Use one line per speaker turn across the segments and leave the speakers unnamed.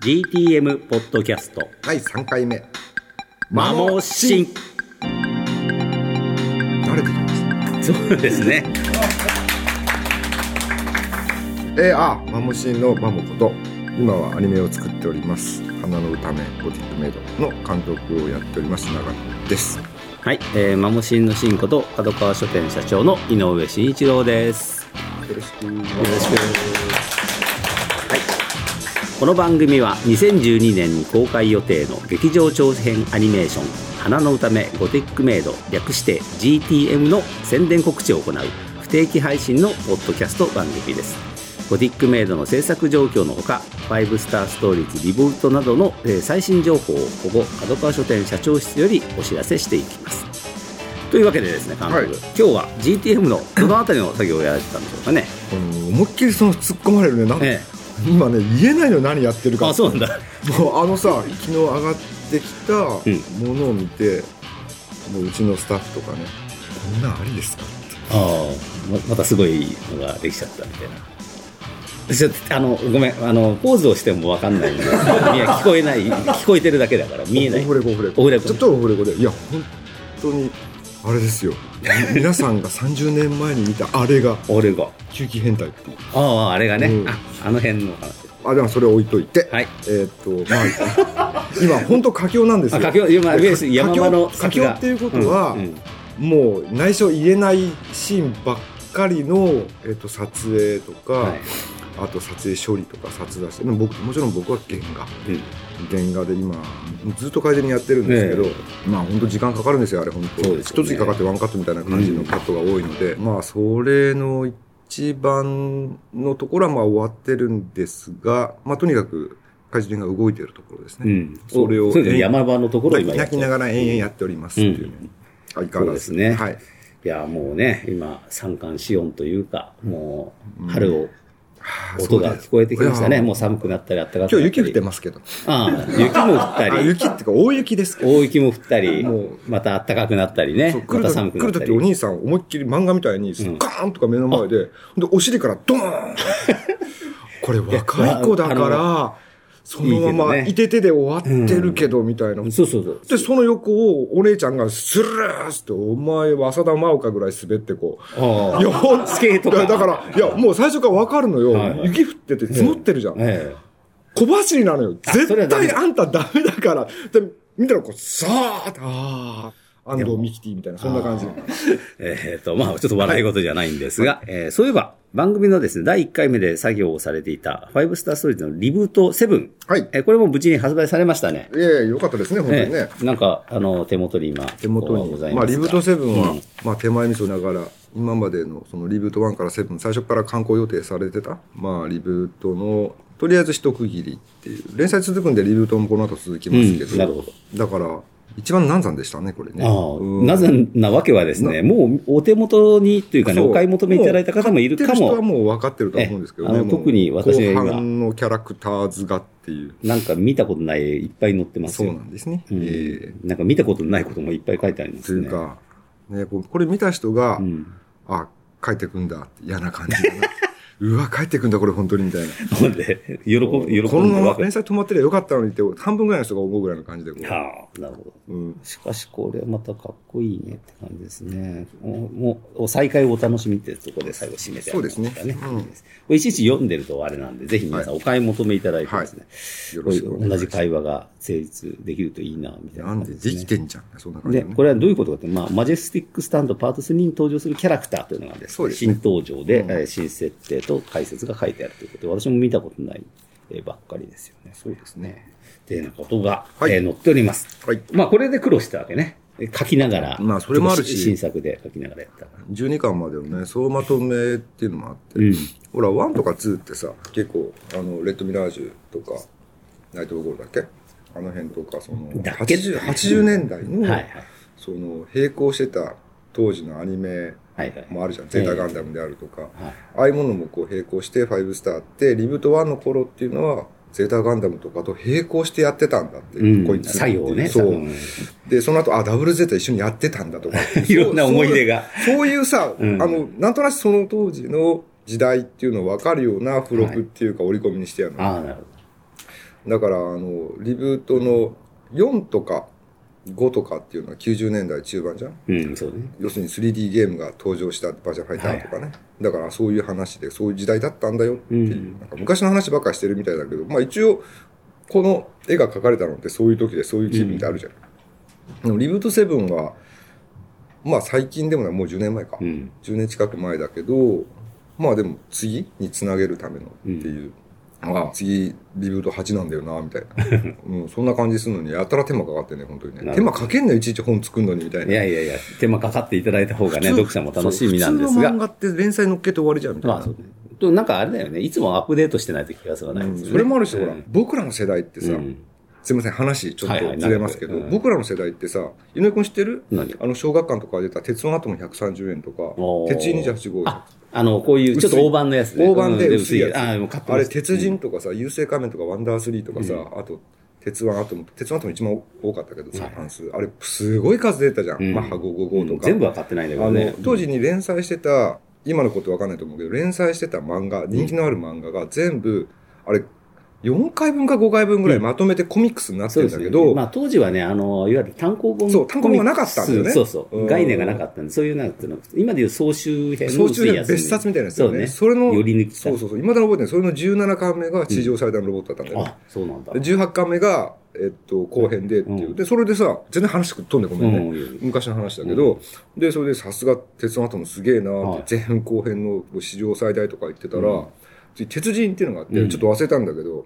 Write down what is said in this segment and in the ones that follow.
GTM ポッドキャスト
第3回目
マモシン
慣れてきまし
そうですね
たえー、あマモシンのマモこと今はアニメを作っております花の歌めゴティックメイドの監督をやっております長野です
はい、えー、マモシンのシンこと角川書店社長の井上慎一郎です
よろしく
この番組は2012年に公開予定の劇場長編アニメーション「花の歌めゴティックメイド」略して GTM の宣伝告知を行う不定期配信のポッドキャスト番組ですゴティックメイドの制作状況のほか「ファイブスターストーリーズリボルト」などのえー最新情報をここ角川書店社長室よりお知らせしていきますというわけでですね監督、
はい
今日は GTM のどのあたりの作業をやられてたんでしょうかね、
うん思いっきりその突っ込まれるねなん、
え
今ね言えないの何やってる
え、
か
あそうなんだ
もうあのさ昨日上がってきた
ん
ものを見て、もううちのスタッフとかねこんなんありですかって
ああままたすごいのができちゃったみたいなちょっとあのごめんあのポーズをしても分かんないんでいや聞こえない聞こえてるだけだから見えない
オフレコオフレコ
オフレコ
ちょっとオフレコでいや本当にあれですよみ 皆さんが30年前に見たあれが
俺が
球技変態っていう
あああれがね、
うん
ああの辺の話
あでもそれ置いといて、
はい
えーっとまあ 今本当佳境なんです
あ
よ
佳境今上杉山場の
佳境佳境っていうことは、
うんうん
もう内緒言えないシーンばっかりの、えー、と撮影とか、
はい
あと撮影処理とか撮影してでも僕もちろん僕は原画
うん
原画で今ずっと改善にやってるんですけど、
え
まあ本当時間かかるんですよあれ本当
そうですよね
一月かかってワンカットみたいな感じのカットが多いので、まあそれの一番のところはまあ終わってるんですが、まあとにかく怪人が動いてるところです
う
ね、
ん、
それを
おうですね山場のところを今やっ
泣
て
きながら延々やっておりますっていうね、相変わらず
そうですね
はい
いやもうね今三寒四温というかもう春を、
はあ
音が聞こえてきました
い
ね
や
もう寒くなったり暖かくなった
今
り
日雪降ってますけど
ああ雪も降った
あ
り
雪っていうか大雪ですけど
大雪も降ったり
も、
また暖かくなったりね
そう、
ま
来る
た
時
寒くな
来
っ
る
た
時お
り。
兄さん思いっきり漫画みたいに
ん
ガーンとか目の前で,、でお尻からドーン これ若い子だ
いや
からそのまま
いいけどね
いててで終わってるけどみたいな、
そうそうそう。
でその横をお姉ちゃんがスルーってお前は浅田真央かぐらい滑ってこう
あ
いやほん
スケートか
だからいやもう最初から分かるのよ、
はいはい
雪降ってて積もってるじゃん、
あえ
小走りなのよ。
あそれは
絶
ダメ
対
だ
あんたダメだから。で、見たらこう、さーって、あー、安藤ミキティみたいな、そんな感じ。
ええーと、まあ、ちょっと笑い事じゃないんですが、えーそういえば、番組のですね、第1回目で作業をされていた、ファイブスターストーリーズのリブート7。
はい
えーこれも無事に発売されましたね。
ええ、よかったですね、本当にね
え。えなんか、あの、手元に今、
手元
ご
に。
ざ
ま
いますが。
あ、リブートセブンは
うん、
まあ、手前味噌ながら、今までの、そのリブート1からセブン、最初から観光予定されてた、まあ、リブートの、とりあえず一区切りっていう。連載続くんで、リブートもこの後続きますけ
うんなるほ
ど。だから、一番難産でしたね、これね。
あ
う
あ、
ん
なぜなわけはですね、もうお手元にというかね、
そう
お買い求めいただいた方もいるか
も。買ってる人は
も、
もう分かってると思うんですけど
ええあ
ね。
の
もう
特に私が今
後半のキャラクター図がっていう。
なんか見たことない、いっぱい載ってます
そう
よ。
なんですね。
うん
ええ
なんか見たことないこともいっぱい書いてあるんで
と
す
い
ね。
うか、ね、こうこれ見た人が、
うん。
あ、書いてくんだって嫌な感じだな。 うわ、書いてくんだ、これ本当にみたいな。
ほんで、喜ぶ、喜んで
このま
わ
ま
け。
連載止まってりゃよかったのにって、半分ぐらいの人が思うぐらいの感じでこう。
はあ、なるほど。
うん、
しかし、これまたかっこいいねって感じですね。もうもう、お再開をお楽しみってところで最後締めてありますから
そうですねうん
いいですこれいちいち読んでるとあれなんで、ぜひ皆さんお買い求めいただいてですね。
よ
こ
ろ
うい
しくお
う
願
同
いし
じ
ます。
会話が成立できるといいな、みたいな
な
感
ん
じ
で、
です
で
ね、
きてんじゃん。そんな感じ
で、
だね。
これはどういうことかというと、まあ、マジェスティックスタンドパート3に登場するキャラクターというのがです
そ
ね、
うです
新
ね
登場で、
うん
えー新設定と解説が書いてあるということで、私も見たことない、えーばっかりですよね。そうですね。っていうようなことが、
はい
えー載っております。
はい。
まあ、これで苦労したわけね。えー書きながら。
まあそれもあるし
新作で書きながらやったから。
12巻までのね、総まとめっていうのもあって、
うん。
ほら、1とか2ってさ、結構、あの、レッドミラージュとか、ナイトゴールだっけあの辺とか、その、
だっけ
80, 80年代の、
はいはい。
その、並行してた当時のアニメ
はいはい。
もあるじゃん。ゼータガンダムであるとか、
はい
ああいうものもこう並行して、ファイブスターって、リブート1の頃っていうのは、ゼータガンダムとかと並行してやってたんだって、
うん
こいつって
作
いう
業をね。
そ
多
う。
分
で、その後、あ、ダブルゼータ一緒にやってたんだとか
。いろんな思い出が。
そういうさ、
うん
あの、なんとなくその当時の時代っていうのを分かるような付録っていうか折り込みにしてやるの。
ああ、なるほど。
だからあのリブートの4とか5とかっていうのは90年代中盤じゃん
うん、そうね。
要するに 3D ゲームが登場したバージョンファイターとかね、だからそういう話でそういう時代だったんだよってい
う
う、
ん
なんか昔の話ばっかりしてるみたいだけど、まあ、一応この絵が描かれたのってそういう時でそういう気分ってあるじゃん、でもリブート7はまあ最近でもないもう10年前か、
うん。
10年近く前だけどまあでも次につなげるためのっていう、ああ次リブート8なんだよなみたい な、うん、そんな感じするのにやたら手間かかってね本当に
な
ね
る
手
ほ
間かけんのよいちいち本作るのにみたいない
やいやいや、手間かかっていただいた方がね、読者も楽しみなんです
そう普通
が
の漫。画って連載乗っけて終わりじゃんみたいな。
まあ、そうね。となんかあれだよね。いつもアップデートしてないと気が済まない
うん
ですよね。
それもあるし、ほら
うん、
僕らの世代ってさ、
うん
すいません、話ちょっ
はいはい
とずれますけ
な
ど
るほ、ど
僕らの世代ってさ、井上君知ってる
何
あの、小学館とかで出た、鉄のアトム130円とか
お、ー
鉄人28号。
あ、あの、こういう、ちょっと大判のやつね。
大判で
うん
薄いやつ。
あ、もう買って
あ
ま
れ、
す
鉄人とかさ、優勢仮面とか、ワンダースリーとかさ、あと、鉄腕アトム、鉄腕アトム一番多かったけどさ、関数。あれ、すごい数出たじゃ
うん
ん。マッハ
う
555
ん
とか。
全部は買ってないんだけどね
あ。の当時に連載してた今のことわかんないと思うけど連載してた漫画人気のある漫画が全部あれ4回分か5回分ぐらいまとめてコミックスになって
そう
る
で
ん
す
だ
ね
けど、
まあ当時はね、あの、いわゆる単行本。
そう単行本がなかったんだよね
そうそう
う。ん
概念がなかったんで、そういうなんていうの、今でいう総集編の
総
薄
集
い
編
やつに
別冊みたいなやつだよね
そ
それ
うね。
の
より抜きさ
そうそうそういまだに覚えてるそれの17巻目が地上最大のロボットだったんだよね
あ、そうなんだ。
で18巻目が、えっと、後編でっていう、
うん
でそれでさ全然話飛んでこないね、
うん
昔の話だけど、でそれでさすが鉄のトムすげえな
は
っ
い
て、前後編の史上最大とか言ってたら、
うん
次鉄人っていうのがあって、
うん
ちょっと忘れたんだけど、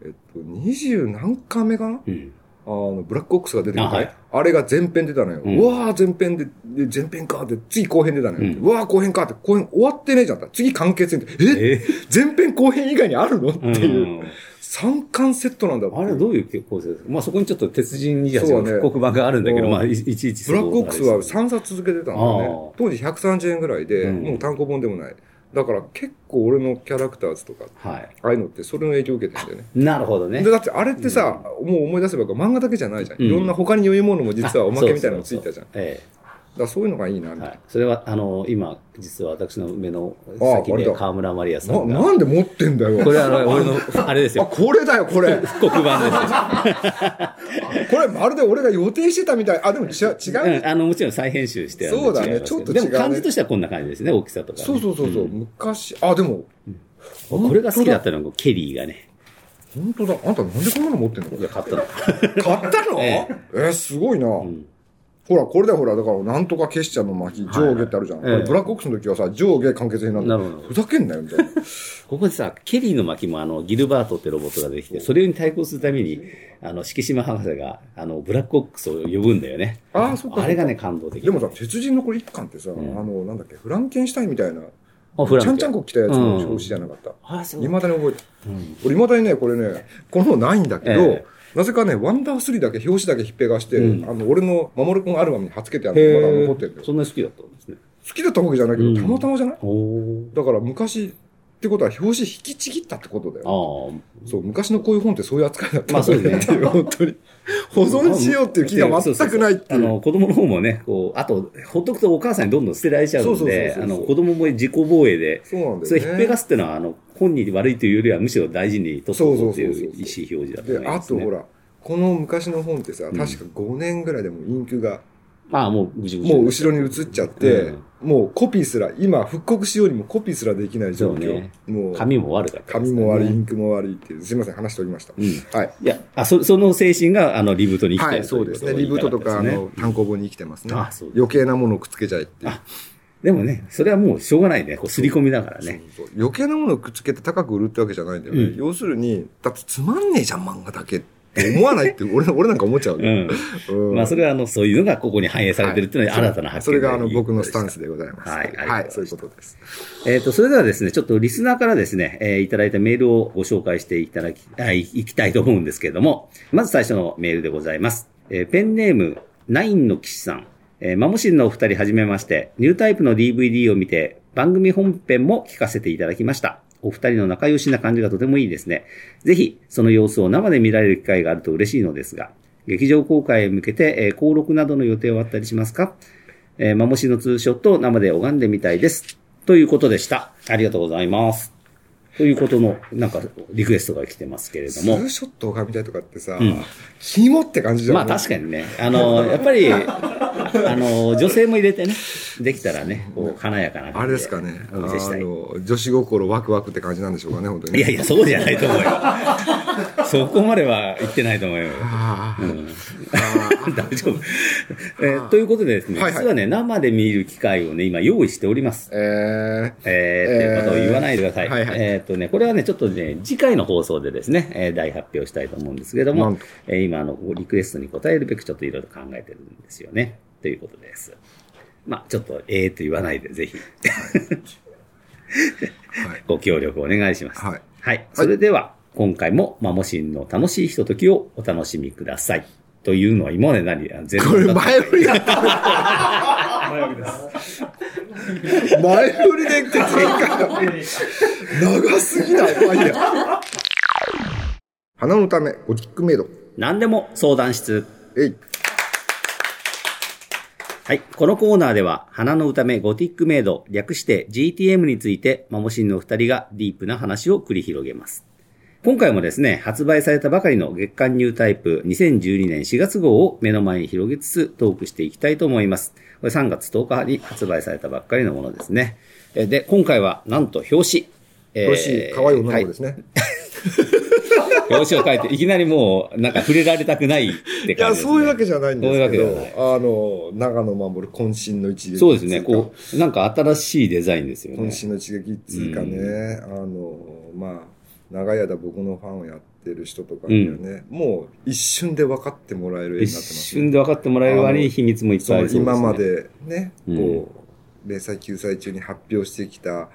えっと、二十何巻目かな
うん。
あの、ブラックオックスが出てきた、
あはい
あれが前編出たのよ。う
うん
わー前編で、で前編かって、次後編出たのよ。
う
うんわー後編かって、後編終わってねえじゃんって。次完結編って、え
え
前編後編以外にあるのって
うん
いう、三巻セットなんだって
あれはどういう結構性ですかまあそこにちょっと鉄人には
そうね
復刻版があるんだけど、
うん
まあいいちいち
ブラックオックスは
は
3冊続けてたんだよ
ああ
ね。当時130円ぐらいで、
うん
もう単行本でもない。だから結構俺のキャラクターズとか、
はい。
ああいうのってそれの影響を受けてんだよね。
なるほどね
で。だってあれってさ、もう思い出せば漫画だけじゃないじゃん。
うん
いろんな他に良いものも実はおまけみたいなのついたじゃん。だ
あ。そうそうそ
か
うええ。
らそういうのがいいなみたい
はい、それはあの今、実は私の目の
あ
先
あれ
で
だ
河村マリアさ
な。
ん
な
が、
なんで持ってんだよ。
これはあの俺の、あれです
あ、
よ、
これだよ、これ。
復刻版ですよ
これまるで俺が予定してたみたい。あ、でも違う。違う。
うんあのもちろん再編集してあるんで
そうだね
違いますけど
ちょっと違うね
でも感じとしてはこんな感じですね、大きさとかね、
そうそうそうそう。昔、あ、でも、
うんこれが好きだったのが、ケリーがね、
本当だ。あんたなんでこんなの持ってんの
いや買ったの。
買ったの
え
えーすごいな。
ん
ほら、これだよほら、だから、なんとか結社の巻、上下ってあるじゃん。
はいはい
これブラックオックスの時はさ、上下完結編なんだよ
なるほど
ふざけんなよ、みたいな。
ここでさ、ケリーの巻もあの、ギルバートってロボットが出てきて、それに対抗するために、あの、敷島博士が、あの、ブラックオックスを呼ぶんだよね。
あ ーそっかそっか
あれがね、感動的。
でもさ、鉄人のこれ一巻ってさ、
ん
あの、なんだっけ、フランケンシュタインみたいな、
あ、フラン
ち
ケ
ゃ
ン
んちゃんこ着たやつ
うん
の表紙じゃなかった。
あ、そう
いまだに覚えてる。俺、いまだにね、これね、このないんだけど、
え
なぜかね、ワンダースリーだけ表紙だけひっぺがして、
うん
あの、俺の守る君アルバムに貼っつけてあ
へ
る
ー
まだ残ってるんだよ。
そんなに好きだったんですね。
好きだったわけじゃないけど、
うん
たまたまじゃない
おお。
だから昔ってことは表紙引きちぎったってことだよ。
ああ、
そう、昔のこういう本ってそういう扱いだった
まあそうですね
っていう 本当に。保存しようっていう気が全くないって
あ
いう。
の、子供の方もね、こう、あと、ほっとくとお母さんにどんどん捨てられちゃうん
そうそうそう
で、
そ
あ
う
の、子供も自己防衛で、
そうなんだよね。
それひっぺがすってのは、あの、本人に悪いというよりは、むしろ大事に取っておこうっていう
そう
意
そう
思表示
そうそう
だと思い
で、あ
ます、
と
ね。
ほら、この昔の本ってさ、確か5年ぐらいでもうインクが、
まあ、もう、ぐじゅぐじゅ
もう後ろに移っちゃって、
うん
もうコピーすら、今復刻しようにもコピーすらできない状
そう
況。
ね
もう、
髪も悪かったですね、
紙も悪い、インクも悪いっていう。すいません、話しておりました。はい。
いや、あ、そ、その精神が、あの、リブートに生き
は
て
い、
る
そうですね。リブートとか、あの、単行本に生きてますね
あそう。です
余計なものをくっつけちゃえっていう。
でもね、それはもうしょうがないね。こう、刷り込みだからね。
そうそう余計なものをくっつけて高く売るってわけじゃないんだよね、
うん
要するにだってつまんねえじゃん漫画だけって思わないって 俺俺なんか思っちゃう
う
ね、
ん。
うん
まあ、それは、あの、そういうのがここに反映されてるっていうのは新たな発
そ
見
れ
が
があの
いいこと
僕の
でし
ス
た
タンスでございます
はいありがとうございました
そういうことです
えっ、と、それではですね、ちょっとリスナーからですね、えーいただいたメールをご紹介していただき、あいいきたいと思うんですけれども、まず最初のメールでございます。えーペンネーム、ナインの騎士さん。えーマモシンのお二人はじめまして、ニュータイプの DVD を見て、番組本編も聞かせていただきました。お二人の仲良しな感じがとてもいいですね。ぜひ、その様子を生で見られる機会があると嬉しいのですが、劇場公開へ向けて、えー登録などの予定はあったりしますかえー、マモシのツーショットを生で拝んでみたいです。ということでした。ありがとうございます。ということの、なんか、リクエストが来てますけれど
ツ
も
ー。ショットをみたいとかってさ、
ん
肝って感じじゃん。
まあ確かにね、あの、やっぱり、 あの、女性も入れてね、できたらね、こう、華やかな感じ
あれですかね。あ
お見せしたい。
の、女子心ワクワクって感じなんでしょうかね、本当に。
いやいや、そうじゃないと思うよ。そこまでは言ってないと思うよ。
ああ、
大丈夫、えーということでですね、
はいはい
実はね、生で見る機会をね、今用意しております。
えー、
えー、ということを言わないでください。
えーはいはい
えっ、とね、これはね、ちょっとね、次回の放送でですね、えー大発表したいと思うんですけれど
な
も
んと、
えー今あのリクエストに応えるべくちょっといろいろ考えてるんですよね。ということです。まあ、ちょっと、ええー、と言わないで、ぜひ、
はい。
ご協力お願いします。
はい。
それでは、今回も、マモシンの楽しいひとときをお楽しみください。というのは今まで何全部
これ前振りだった。前振りです。前振りでって前回長すぎない。まあいいや。花のため、ゴティックメイド。
何でも相談室。
えい。
はい。このコーナーでは、花の歌目ゴティックメイド、略して GTM について、マモシンのお二人がディープな話を繰り広げます。今回もですね、発売されたばかりの月間ニュータイプ2012年4月号を目の前に広げつつトークしていきたいと思います。これ3月10日に発売されたばっかりのものですね。えで、今回はなんと表紙。えー
よし、可愛い女の子ですね。
はい表紙を書いて、いきなりもう、なんか触れられたくないって
い
感
や、
じです、ね。
そういうわけじゃないんですけ
そ
ど
ういうわけじ、
あの、長野守る渾身の一撃。
そうですね。こう、なんか新しいデザインですよね。
渾身の一撃っつうかね、あの、まあ、長い間僕のファンをやってる人とかにはね、もう一瞬で分かってもらえる絵
一
になってますね、
瞬で分かってもらえる割に秘密もいっ
そ
ぱいあ
の
りそうです、ね、
今までね、
うん
こう、連載救済中に発表してきた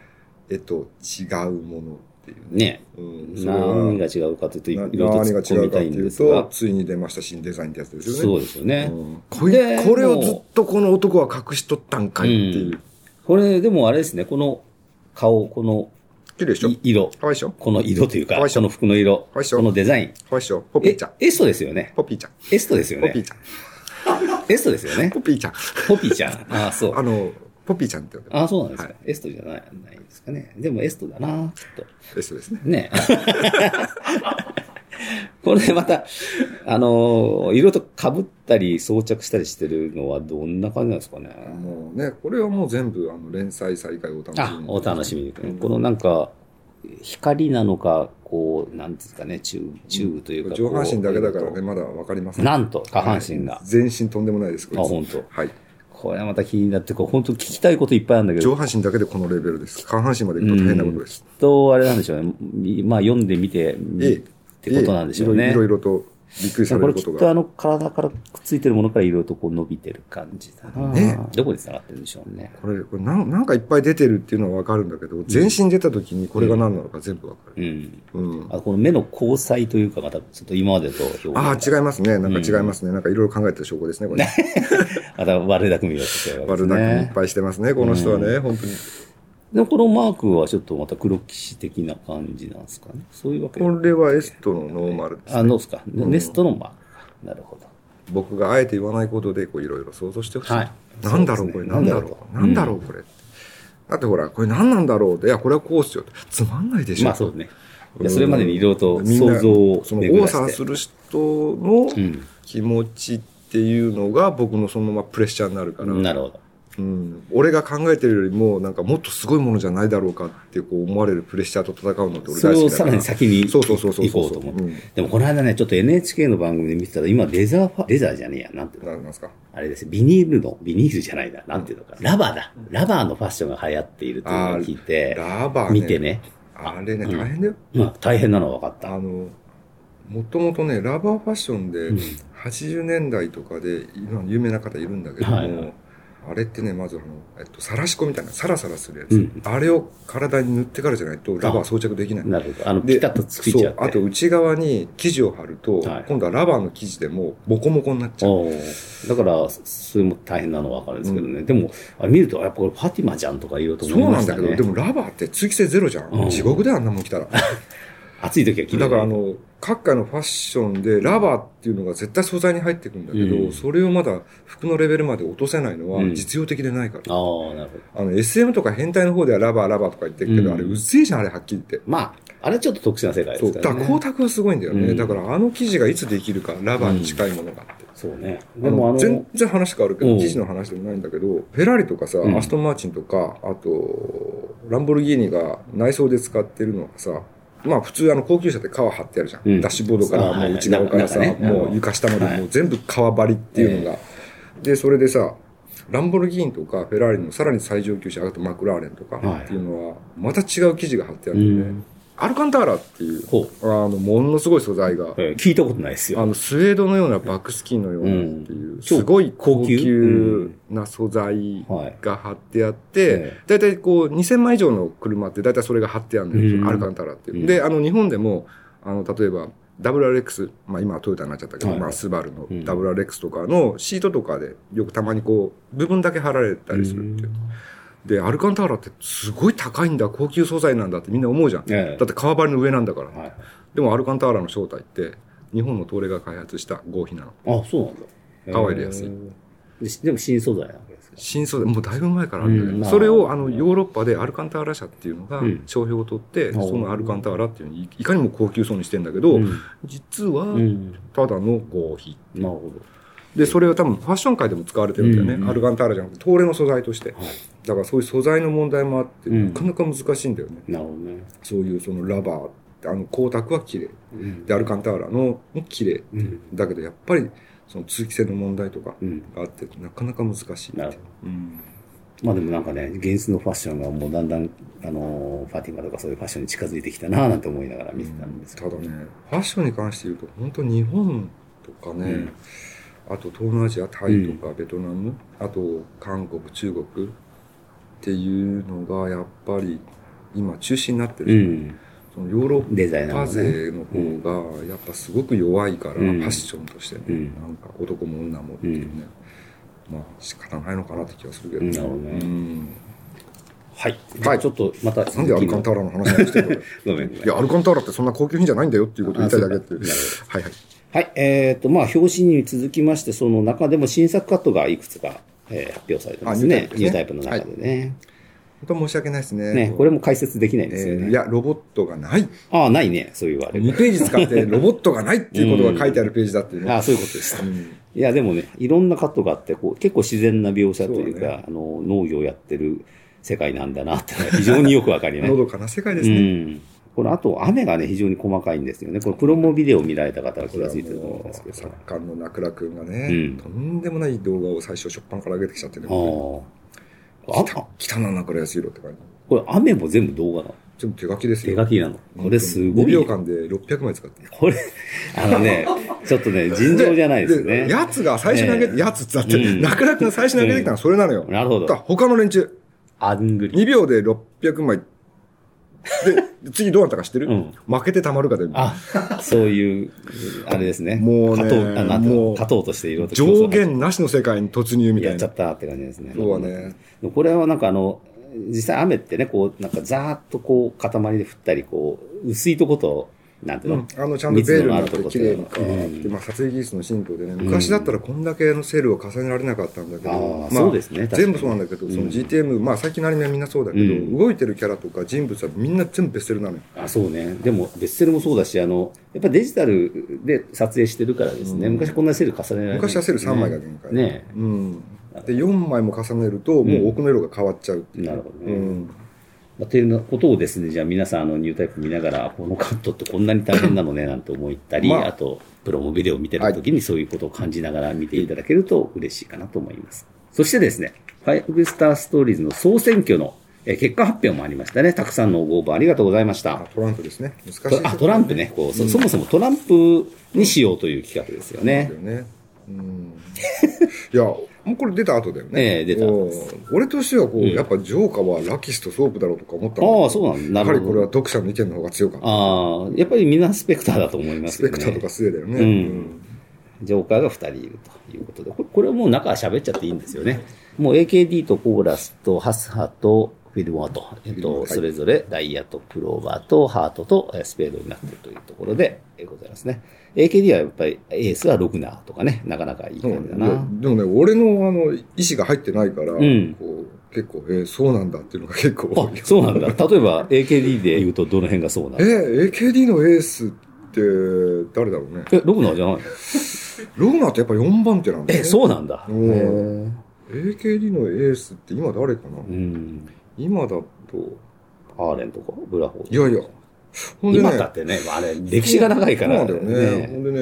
絵と違うものっていうね。
ね
うん、それは
何が違うかというといろい
な
ろと
何が
突っ込
違う
み
か
た
っ
い
て
ん
い
で
う
す
と、
が
ついに出ました新デザインってやつですよね。
そうですよね、
うんこい
で
これをずっとこの男は隠しとったんかいっていう。
うんこれでもあれですねこの顔この
綺麗でしょ
い色
かわいいでしょか
この色というか
かわい
こ
そう
の服の色
わいいでしょ
このデザイン
わいいでしょポ
え
ピーちゃん。
エストですよね
ポピーちゃん。
エストですよ
ポピー
ね
ちゃん。
エストですよね
ポピーちゃん。
ポピーちゃんああそう
あの、ポピーちゃんって呼んでま
ああそうなんですか、エストじゃないないですかねでもエストだなきっと
す。そうですね。
ね これまた、あのー、色と被ったり装着したりしてるのはどんな感じなんですかね。
もうね、これはもう全部、あの、連載再開をお楽し
あ
み、に。
お楽しみに。
うん
このなんか、光なのか、こう、なんですかね、チューブ、チューブというかこう。
上半身だけだからね、
え
まだわかり
ー
ま
と
せん。
なんと、下半身が。
全身とんでもないです、こいつ
あ本当
はい。
これはまた気になって、こう、本当聞きたいこといっぱいあるんだけど、
上半身だけでこのレベルです。下半身まで行くと大変なことです。
きっとあれなんでしょうね。みまあ、読んでみて、み
ええ
ってことなんでしょうね。
いろいろとびっくりされ
これ
る
き
こ
っ
と
とあ
が。
の体からくっついてるものからいろいろとこう伸びてる感じだな、
ね
どこで繋がってるんでしょうね。
これ、これなんなんかいっぱい出てるっていうのはわかるんだけど、全身出た時にこれが何なのか全部わかる。
うん。
うん。
あこの目の交際というかまたちょっと今までと表現
ああ、
が
違いますね。なんか違いますね。なんかいろいろ考えてる証拠ですね、こ れ。
また悪巧みをしてるわけで
悪
す
だくみいっ
ね。
ぱいしてますね、この人はね、本当に。
でもこのマークはちょっとまた黒騎士的な感じなんですかね。そういうわけ
これはエストのノーマルです。
あ、のですか。ネストのマークか。なるほど。
僕があえて言わないことで、こういろいろ想像してほしい。
はい
なんだろう、こ
そうですね
れ、なんだろう、なんだろう、これ。だってほら、これ何なんだろうで、いや、これはこうっすよ。つまんないでしょ。
まあそうね。いやそれまでにいろいろと
みんな
想像を
その
巡
オ
ら
ー
して
サーする人の
ん
気持ちっていうのが僕のそのままプレッシャーになるから、
なるほど。
うん、俺が考えてるよりもなんかもっとすごいものじゃないだろうかってこう思われるプレッシャーと戦うのって俺
そ
大
れ
好
を
きだ
さ
から
に先に
そうそうそうそう
行こうと思って。
うん
でもこの間ね、ちょっと NHK の番組で見てたら、今レザーファ、レザーじゃねえや、なんていうの
なんなんですか
あれですビニールの、ビニールじゃないな、なんていうのか、ラバーだ。ラバーのファッションが流行っているというのを聞いて、
ラバーね
見てね、
あれね大変だよ、
まあ大変なのは分かった。
あのもともとねラバーファッションで
うん
80年代とかで今有名な方いるんだけども、
はいはい
あれってねまずあの、えっと、さらし粉みたいなサラサラするやつ、
うん
あれを体に塗ってからじゃないとラバー装着できない
なるほど。あの、
で
ピタッとついちゃって。
そうあと内側に生地を貼ると、
はい
今度はラバーの生地でもうボコボコになっちゃう
おーだから、そそれも大変なのは分かるんですけどね。でも、あれ見ると、あやっぱこれファティマじゃんとか言おうと
そ
思いう
な
ま
ん
した
だ
ね。
けど、でもラバーって通気性ゼロじゃん。
うん
地獄であんなもん来たら。
暑い時は着る
だ
よね
からあの、各界のファッションでラバーっていうのが絶対素材に入ってくんだけど、
うん
それをまだ服のレベルまで落とせないのは
うん
実用的でないから。
ああなるほど
あの、SM とか変態の方ではラバーラバーとか言ってるけど、
うん
あれうぜえじゃん、あれはっきり言って。
まああれちょっと特殊な世界
そ
で
う。
すか
だからら
ね
光沢がすごいんだよね。
うん
だからあの生地がいつできるか、ラバーに近いものがあって。
そうね
あ
でもあ
の
の
全然話変わるけど、
うん
生地の話でもないんだけど、フェラーリとかさ、
うん
アストンマーチンとか、あと、ランボルギーニが内装で使ってるのがさ、まあ普通あの高級車って革張ってあるじゃん。
うん
ダッシュボードか
あ
ら
ー
もう内側からさ、
はいはいなんかねあ
もう
の
床下まで
はい
もう全部革張りっていうのが。で、それでさ、ランボルギーニとかフェラーリのさらに最上級車、あとマクラーレンとか
はい
っていうのは、また違う生地が張ってある
うん
で、
ん
アルカンターラっていう、
ほう
あの、ものすごい素材が、
えー聞いたことないですよ
あの、スウェードのようなバックスキンのようなっていう、
ん
すごい高
超高級
級な素材
はい
が貼ってあって、
え
だいたいこう、2000万以上の車ってだいたいそれが貼ってあるんですよ、
うん
アルカンタラっていう。
うん
で、あの、日本でも、あの、例えば、WRX、まあ今はトヨタになっちゃったけど、
はい
まあスバル
う
の
ん
WRX とかのシートとかでよくたまにこう、部分だけ貼られたりするっていう。で、アルカンターラってすごい高いんだ、高級素材なんだってみんな思うじゃん。だ
ええ
って革張りの上なんだから。
はい
でもアルカンターラの正体って日本の東レが開発した合皮なの
あ、そうなんだ。
可愛い安い
へー。でしでも新素材なわけですよ
新装でもうだいぶ前からあるんだけど、
うんまあ
それをあのヨーロッパでアルカンターラ社っていうのが
うん
商標を取って、
おう
そのアルカンターラっていうのにいいかにも高級そうにしてんだけど、
うん
実は
うん。な
ただの合皮
るほ
でそれは多分ファッション界でも使われてるんだよね、
うん
アルカンターラじゃなくて東レの素材として、
はい
だからそういう素材の問題もあって、
うん
なかなか難しいんだよね
ど。なるほどね。
そういうそのラバーあの光沢は綺麗
うん
でアルカンターラのも綺麗
うん。
だけどやっぱりその通気性の問題とか
うん。
があってなかなか難しいっていう
なるほど。
うん
まあでもなんかね、現実のファッションがもうだんだん、あのー、ファティマとかそういうファッションに近づいてきたなぁなんて思いながら見てたんですけ
た
ど。
だねファッションに関して言うと本当日本とかね、
うん
あと東南アジアタイとかベトナム、あと韓国中国っていうのがやっぱり今中心になって
う
る、
ん。
そのヨーロッ
デザイナーも
パ
ね。
勢の方がやっぱすごく弱いから、
うん
ファッションとしてね、
うん
なんか男も女もっていうね、まあ仕方ないのかなって気がするけど、
なるほどね
うん
はい。じゃあちょっとまた
なんでアルカンターラの話をしてるのい
ごめんごめん。
や、アルカンターラってそんな高級品じゃないんだよっていうことを言いたいだけっていう
あそうかなる。
はいはい。
はい、えっ、と、まあ、表紙に続きまして、その中でも新作カットがいくつか、えー発表されてますね。
あ
ニュー
ニュー
タ
タ
イ
イ
プ
プ
の
ですね
中でね。
本当申し訳ないですね。
ね、これも解説できないんですよ
えー
ね。
いや、ロボットがない。
ああ、ないね、そう言われる。
2ページ使ってロボットがないっていうことが書いてあるページだっていう
あ
ね。
あ、そういうことです。
うん
いや、でもね、いろんなカットがあって、こう、結構自然な描写という
そ
か、
うだね
あの、農業やってる世界なんだなってのが非常によくわかり ます。
のどかな世界で
う
すね。
ん。これ、あと、雨がね、非常に細かいんですよね。これ、プロモビデオを見られた方は
こ
気
れ
が
は
ついてると思うん
も
ですけ
う、
ど。
作家の名倉くんがね、
うん
とんでもない動画を最初、初っ端から上げてきちゃってる。
ああ。ああ
北の名倉康弘って感じ。
これ、雨も全部動画なの。
全部手書きです
手
よ。
書きなの。これすご
2
い
秒
よ。
間で600枚使ってる。
これ、あのね、ちょっとね、尋常じゃないですね。
やつが最初に上げて、やつだっ
う
て、
ん
なくなくんが最初に上げてきたのはそれなのよ。
なるほど
だから他の連中、
あんぐり。
2秒で600枚。で、 次どうなったか知ってる、
うん
負けてたまるかで。
あ、そういう、あれですね。
もうね
勝とう、あなんていうの
もう
勝とうとしていろいろと競争
上
が
限なしの世界に突入みた
や
い
っちゃ
な
っ。たって感じですね。
そうはね。
これはなんかあの、実際雨ってね、こう、なんかザーッとこう、塊で降ったり、こう、薄いとこと、なんていう
う
の、
ん、あのちゃんとベールになっ
密度のあると
て
こ
綺麗に
って
か
いうのは
って、まあ、撮影技術の進歩でね、昔だったらこんだけのセールを重ねられなかったんだけど、
あー
まあ、
そうですね確かに
全部そうなんだけど、その GTM、まあ、最近のアニメはみんなそうだけど、
うん
動いてるキャラとか人物はみんな全部ベストセルなのよ。
あそうね。でも、ベッセルもそうだし、あの、やっぱデジタルで撮影してるからですね。
うん
昔こんなセル重ねられない。
昔はセル3枚が限界。
ね
うん。で、4枚も重ねると、もう奥の色が変わっちゃうっていう。
なるほど
う
ね。
ん。
まあ、というようなことをですね、じゃあ皆さん、あの、ニュータイプ見ながら、あこのカットってこんなに大変なの ね、なんて思ったり、
まあ
あと、プロモビデオを見てるときにそういうことを感じながら見ていただけると嬉しいかなと思います。そしてですね、ファイブスターストーリーズの総選挙のえー結果発表もありましたね。たくさんのご応募ありがとうございまし
あ
た。、
トランプですね。難しい
とあ、トランプね、こうそ、そもそもトランプにしようという企画ですよ
だ
ね。
よね。うん。いや、もうこれ出た後だよね。
ええ出た後です
うん俺としてはこう、
うん
やっぱジョーカーはラキスとソープだろうとか思ったんだけど
ああ、そうなんだ。
や
な
は
る
りこ
ほ
れは
ど。
読者の意見の方が強かった。
ああ、やっぱりみんなスペクターだと思います
ス
よね。
ペクターとかスウェーだよね。
う
うんん
ジョーカーが2人いるということで、これこれはもう中は喋っちゃっていいんですよね。もう AKD とコーラスとハスハと、フィルモアと、えっ
フィルモアは
と、
い
それぞれダイヤとクローバーとハートとえースペードになっているというところでえーございますね。AKD はやっぱりエースはログナーとかね、なかなかいい
そう
感じ
ね
だ
いや
な。
でもね、俺のあの意思が入ってないから、
ん
こう結構、えーそうなんだっていうのが結構
あ
多い、
そうなんだ。例えば AKD で言うとどの辺がそうな
え
の
ー、AKD のエースって誰だろうね。
え、ログナーじゃないの
ログナーってやっぱ4番手なんだ、ね、
え、そうなんだ。へ
おー
ー
AKD のエースって今誰かな、
うん。
今だと、
アーレンとか、ブラホー
いやいや。ほんでね
今だってね、あれ、歴史が長いから。
そうなんだよね。ほんでね、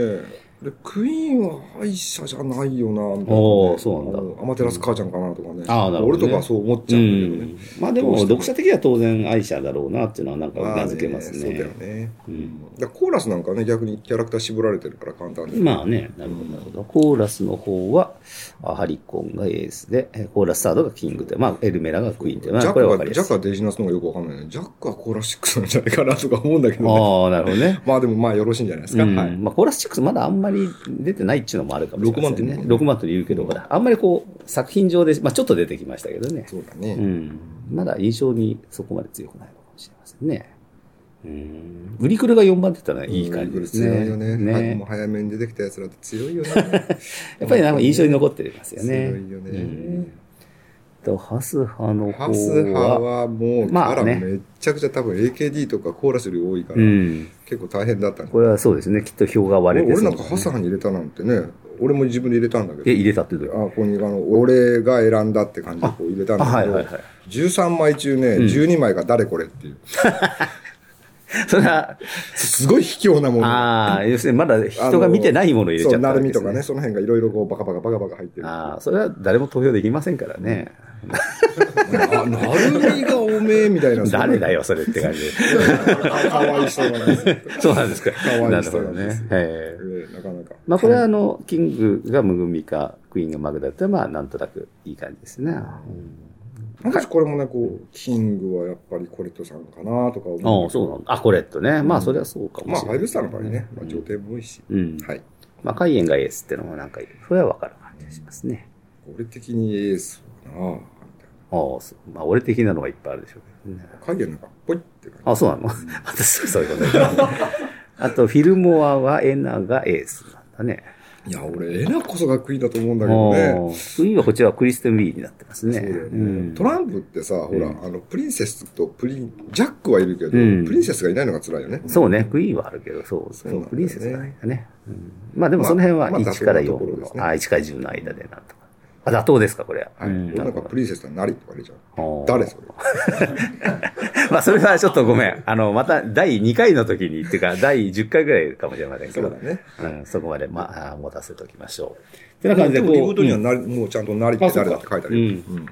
でクイーンは敗者じゃないよな、みたいな、ね。
おーそうなんだ
あのアマテラス母ちゃんかなとかね。
あーなるほどね
俺とかそう思っ
う
ちゃうんだけどね。
ん、まあでも、読者的には当然愛者だろうなっていうのはなんか
まあ
名付けます
そう
ね
だよ。ね。
うん
だからコーラスなんかね、逆にキャラクター絞られてるから簡単で。
まあね、なるほど、なるほど。コーラスの方は、あハリコンがエースで、えコーラスサードがキングで、まあ、エルメラがクイーンで、ま
ジャ
あ、
ッ
これ
ク
はわか
は、
り
ジ
や
ャ
す
ック
い。
はデジナスの方がよくわかんないね。ジャックはコーラシックスなんじゃないかなとか思うんだけどね。
ああ、なるほどね。
まあでもまあよろしいんじゃないです
う
か。
ん
はい。
まあ、コーラスチックスまだあんまり出てないっていうのもあるかもしれないですね。
6万って言うの
6万と言うけど、ほら、あんまりこう、作品上で、まあ、ちょっと出てきましたけどね。
そうだね。
うん。まだ印象にそこまで強くないのかもしれませんね。うん。グリクルが4番出たらいい感じですね。
強いよね。はいもう早めに出てきたやつらって 強いよね。
やっぱりなんか印象に残ってますよね。
強いよね
うんと、ハス派の方は。
ハス派はもう、キ
まあ
ャラ
ね
めっちゃくちゃ多分 AKD とかコーラスより多いから、
うん。
結構大変だったんで
これはそうですね。きっと票が割
俺
れてそ
俺
うだ
なん
ね
かハス派に入れたなんてね、俺も自分で入れたんだけ
え、
ど、
入れたってどういうこ
あ、ここにあの、俺が選んだって感じでこう入れたん
とあ、
だ
はい
けど、
はいはい。
13枚中ね、12枚が誰これっていう、
それは、
すごい卑怯なもの。
ああ、要するにまだ人が見てないものを入れちゃ
そ
っ
う、
た
な
わけ
る
で
み
す
と
ね
かね、その辺がいろいろこうバカバカバカバカ入ってる。
ああ、それは誰も投票できませんからね。
あ、なるみがおめえみたいな。
誰だ
よ。
よ、それって感じで。
かわいそうなんですよ。
そうなんですか。
かわ
ないる
そ
ほ
う
ど
なんです
ね。ええ
ええなかなか。
まあ、これはあの、キングがムグミか、クイーンがマグダって、まあ、なんとなくいい感じですね。
私これもね、こう、キングはやっぱりコレットさんかなとか思う。
ああ、そうなんだ。あ、コレットね。まあ、それはそうかも
まあ、
しれない、
ファイブスターの場合ね、ま
う
あ、
ん
上程も多いし。
うん。
はい。
まあ、カイエンがエースってのもなんか、それはわかる感じがしますね。
俺的にエースかなみ
あ
たい
あ、そうまあ、俺的なのはいっぱいあるでしょうけどね。
な。影なんか、ポイって感
あ、そうなの 私、そういうことだあと、フィルモアはエナがエースなんだね。
じ。いや、俺、エナこそがクイーンだと思うんだ
あ
けどね。
あクイーンはこちらはクリステン・ビーになってますね。
そうだよ
ん
ね。トランプってさ、ほら、あの、プリンセスとプリン、ジャックはいるけど、プ
うん
リンセスがいないのが辛いよね。
そうね、クイーンはあるけど、そう、
そうなんだよね
プリンセスがないんだね。うんまあでもその辺は
まあまあ
1から
妥当なとこ
4
ろ
の、
ですね
あ、1から10の間でなんとか。あ、妥当ですか、これは。
はい。
うん
俺
な
な
る
んか、
ほ
プリンセスなりとか言われちゃう。
ど
誰それ。
まあそれはちょっとごめん。あの、また第2回の時に、っていうか第10回ぐらいかもしれませんけ
そう
ど
だ、ね。
うん、そこまで、まああ、持たせておきましょう。ってな感じで、
も
こ
リブー
う、
トに
う
は
ん
なり、もうちゃんとなりって誰だって書いてあるよ。うん。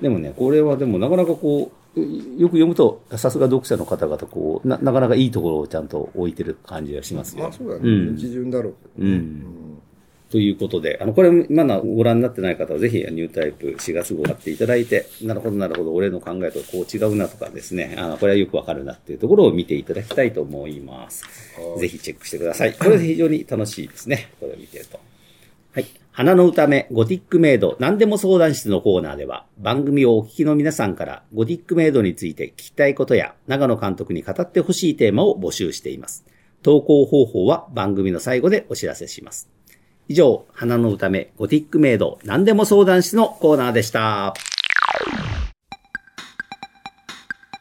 でもね、これはでもなかなかこう、よく読むと、さすが読者の方々、こうな、なかなかいいところをちゃんと置いてる感じがします
ま
よ
あ、。そうだ
う
ね
ん。
基準だろうけ
う
どね。
ん。ということで、あの、これ、まだご覧になってない方は、ぜひ、ニュータイプ4月号を買っていただいて、なるほど、なるほど、俺の考えとこう違うなとかですね、あの、これはよくわかるなっていうところを見ていただきたいと思います。ぜひチェックしてください。これ非常に楽しいですね。これを見てると。はい。花の歌目、ゴティックメイド、何でも相談室のコーナーでは、番組をお聞きの皆さんから、ゴティックメイドについて聞きたいことや、長野監督に語ってほしいテーマを募集しています。投稿方法は番組の最後でお知らせします。以上、花の歌目、ゴティックメイド、何でも相談室のコーナーでした。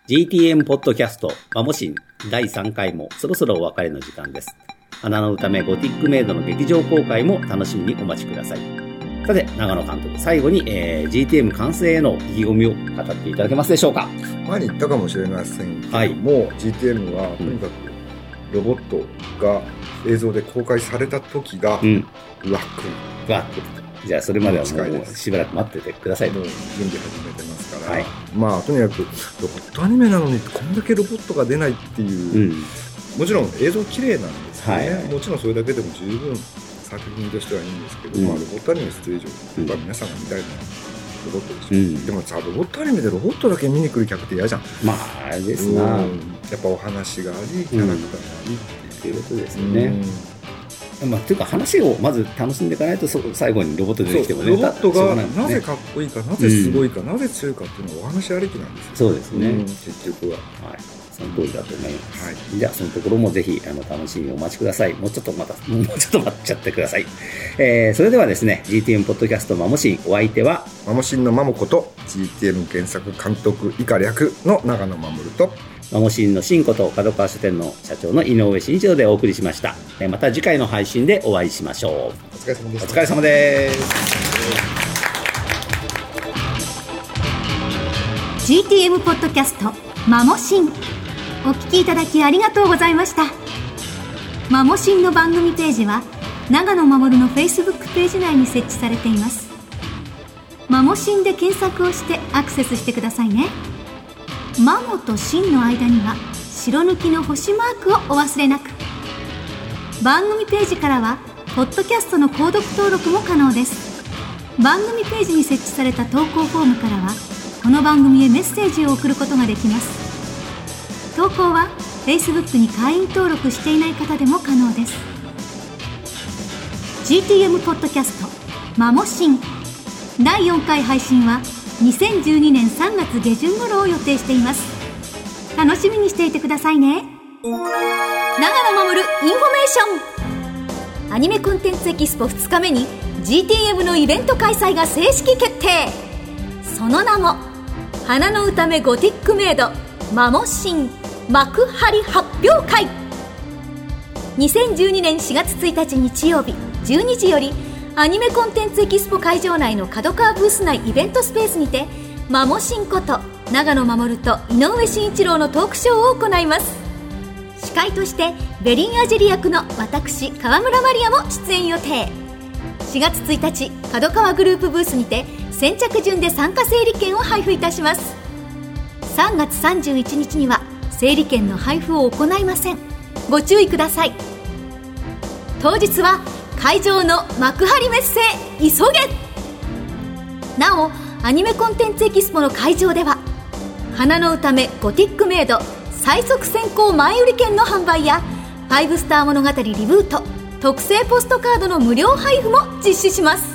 GTM ポッドキャスト、マモシン、第3回もそろそろお別れの時間です。花の歌目ゴティックメイドの劇場公開も楽しみにお待ちください。さて、長野監督、最後に、えー GTM 完成への意気込みを語っていただけますでしょうか
前に言ったかもしれませんけども、
はい
GTM はとにかくロボットが映像で公開された時が楽、
ん。
ラッ
わじゃあ、それまでは
近い
も
で
う、
す
しばらく待っててください。
もう準備始めてますから、
はい
まあとにかくロボットアニメなのにこんだけロボットが出ないって
う
いう、
ん。
もちろん映像綺麗なんですよね、
はい
もちろんそれだけでも十分作品としてはいいんですけど、
うん
まあ、ロボットアニメ出演以上、
うん
まあ皆さんが見たいのはロボットでしょ、
うん
でもさロボットアニメでロボットだけ見に来る客って嫌じゃん
まあ、あれですな
う。んやっぱお話がありキャラクターがありっていう
ということですよね。まあ、というか話をまず楽しんでいかないとそ最後にロボット出てきて
そ
も
う
ね
ロボット
そ
が
うなんです
な
ね
ぜかっこいいか、なぜすごいか、なぜ強いかっていうのはお話ありきなんですよ。
そうですね、
うん結局は。
はい、その通りだと思います
はい。
じゃあ、そのところもぜひ、あの、楽しみにお待ちください。もうちょっとまた、もうちょっと待っちゃってください。えー、それではですね、GTM ポッドキャストマモシン、お相手は、
マモシンのマモこと GTM 原作監督以下略の長野守と
マモシンのシンこと、角川書店の社長の井上慎一郎でお送りしました。えーまた次回の配信でお会いしましょ
お疲れ様
う。
で
お
した
疲れ様です。
GTM ポッドキャストマモシンお聞きいただきありがとうございましたマモシンの番組ページは長野守の Facebook ページ内に設置されていますマモシンで検索をしてアクセスしてくださいねマモとシンの間には白抜きの星マークをお忘れなく番組ページからはポッドキャストの購読登録も可能です番組ページに設置された投稿フォームからはこの番組へメッセージを送ることができます投稿は Facebook に会員登録していない方でも可能です GTM ポッドキャスト「マモシン」第4回配信は2012年3月下旬頃を予定しています楽しみにしていてくださいね長野守るインフォメーションアニメコンテンツエキスポ2日目に GTM のイベント開催が正式決定その名も「花の歌めゴティックメイドマモシン幕張発表会」2012年4月1日日曜日12時よりアニメコンテンツエキスポ会場内の角川ブース内イベントスペースにてマモシンこと長野守と井上慎一郎のトークショーを行います司会としてベリンアジェリ役の私川村マリアも出演予定4月1日角川グループブースにて先着順で参加整理券を配布いたします3月31日には整理券の配布を行いませんご注意ください当日は会場の幕張メッセへ急げなおアニメコンテンツエキスポの会場では花の歌めゴティックメイド最速先行前売り券の販売や「ファイブスター物語リブート」特製ポストカードの無料配布も実施します